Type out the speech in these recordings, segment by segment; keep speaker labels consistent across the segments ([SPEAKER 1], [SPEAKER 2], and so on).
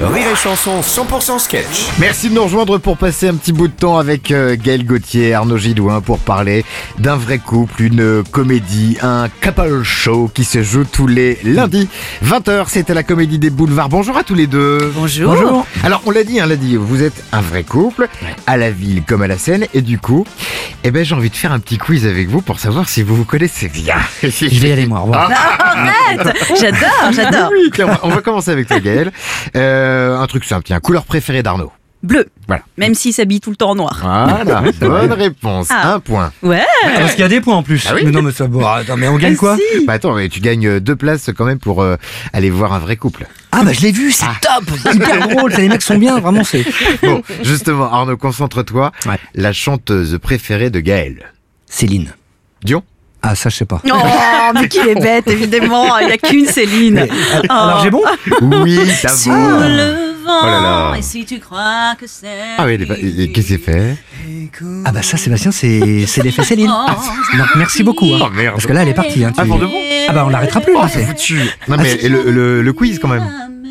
[SPEAKER 1] Rire et Chanson 100% sketch.
[SPEAKER 2] Merci de nous rejoindre pour passer un petit bout de temps avec euh, Gaël Gauthier, Arnaud Gidouin pour parler d'un vrai couple, une euh, comédie, un couple show qui se joue tous les lundis. 20h, c'est à la Comédie des Boulevards. Bonjour à tous les deux.
[SPEAKER 3] Bonjour.
[SPEAKER 2] Alors, on l'a dit, hein, l'a dit, vous êtes un vrai couple, à la ville comme à la scène, et du coup, eh ben, j'ai envie de faire un petit quiz avec vous pour savoir si vous vous connaissez bien.
[SPEAKER 3] Je vais y aller moi, au
[SPEAKER 2] Ah,
[SPEAKER 3] revoir.
[SPEAKER 4] J'adore, j'adore.
[SPEAKER 2] Oui, tiens, on va- on va commencer avec toi, Gaël. Euh, un truc simple, tiens, couleur préférée d'Arnaud.
[SPEAKER 4] Bleu.
[SPEAKER 2] Voilà.
[SPEAKER 4] Même s'il s'habille tout le temps en noir.
[SPEAKER 2] Voilà, bonne réponse.
[SPEAKER 4] Ah.
[SPEAKER 2] Un point.
[SPEAKER 4] Ouais.
[SPEAKER 3] Parce qu'il y a des points en plus.
[SPEAKER 2] Ah oui.
[SPEAKER 3] mais non, mais ça bon, attends, mais on gagne quoi
[SPEAKER 2] Bah attends, mais tu gagnes deux places quand même pour euh, aller voir un vrai couple.
[SPEAKER 3] Ah bah je l'ai vu, c'est top, hyper drôle, les mecs sont bien, vraiment c'est.
[SPEAKER 2] Bon, justement, Arnaud, concentre-toi.
[SPEAKER 3] Ouais.
[SPEAKER 2] La chanteuse préférée de Gaël.
[SPEAKER 3] Céline.
[SPEAKER 2] Dion
[SPEAKER 3] Ah ça je sais pas.
[SPEAKER 4] Oh, mais qu'il est bête, évidemment. Il n'y a qu'une Céline.
[SPEAKER 2] Ah.
[SPEAKER 3] Alors j'ai bon
[SPEAKER 2] Oui, t'as
[SPEAKER 4] Sous
[SPEAKER 2] bon.
[SPEAKER 4] le vent.
[SPEAKER 2] Oh là là.
[SPEAKER 4] Et si tu crois que c'est.
[SPEAKER 2] Ah oui, elle est pas- et- et qu'est-ce qu'il fait
[SPEAKER 3] Ah bah ça Sébastien c'est c'est l'effet Céline. Donc merci beaucoup. hein.
[SPEAKER 2] Ah. Oh merde.
[SPEAKER 3] Parce que là elle est partie. Hein, tu-
[SPEAKER 2] Ah, pour de bon
[SPEAKER 3] Ah bah on l'arrêtera plus.
[SPEAKER 2] Oh,
[SPEAKER 3] là,
[SPEAKER 2] c'est
[SPEAKER 3] c'est-
[SPEAKER 2] foutu. Non
[SPEAKER 3] Ah,
[SPEAKER 2] mais et le, le- le quiz quand même.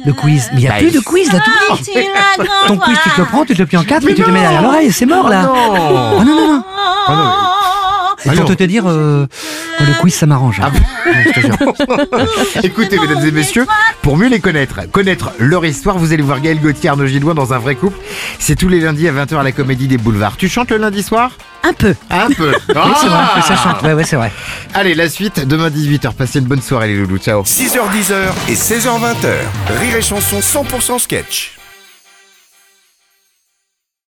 [SPEAKER 3] le quiz. Mais il y a
[SPEAKER 2] Bah,
[SPEAKER 3] plus de
[SPEAKER 2] il-
[SPEAKER 3] quiz là tout le
[SPEAKER 4] Tu la
[SPEAKER 2] Ah,
[SPEAKER 4] grand
[SPEAKER 3] Ton quiz tu te le prends, tu te le plies en quatre, puis tu te le mets derrière l'oreille, c'est mort là.
[SPEAKER 2] Oh,
[SPEAKER 3] Oh non non non.
[SPEAKER 2] Ah
[SPEAKER 3] Et
[SPEAKER 4] Oh,
[SPEAKER 3] pour
[SPEAKER 2] Alors.
[SPEAKER 3] te dire, euh, le quiz ça m'arrange.
[SPEAKER 2] Ah,
[SPEAKER 3] hein.
[SPEAKER 2] Écoutez, mesdames et messieurs, pour mieux les connaître, connaître leur histoire, vous allez voir Gaël Gauthier, Arnaud Gillouin dans un vrai couple. C'est tous les lundis à 20h à la Comédie des Boulevards. Tu chantes le lundi soir
[SPEAKER 4] Un peu.
[SPEAKER 2] Un peu.
[SPEAKER 3] Oui, c'est vrai,
[SPEAKER 2] Ah
[SPEAKER 3] ça chante. Ouais, ouais, c'est vrai.
[SPEAKER 2] Allez, la suite, demain 18h. Passez une bonne soirée, les loulous. Ciao.
[SPEAKER 1] 6h10 et 16h20. Rire et Chanson 100% sketch.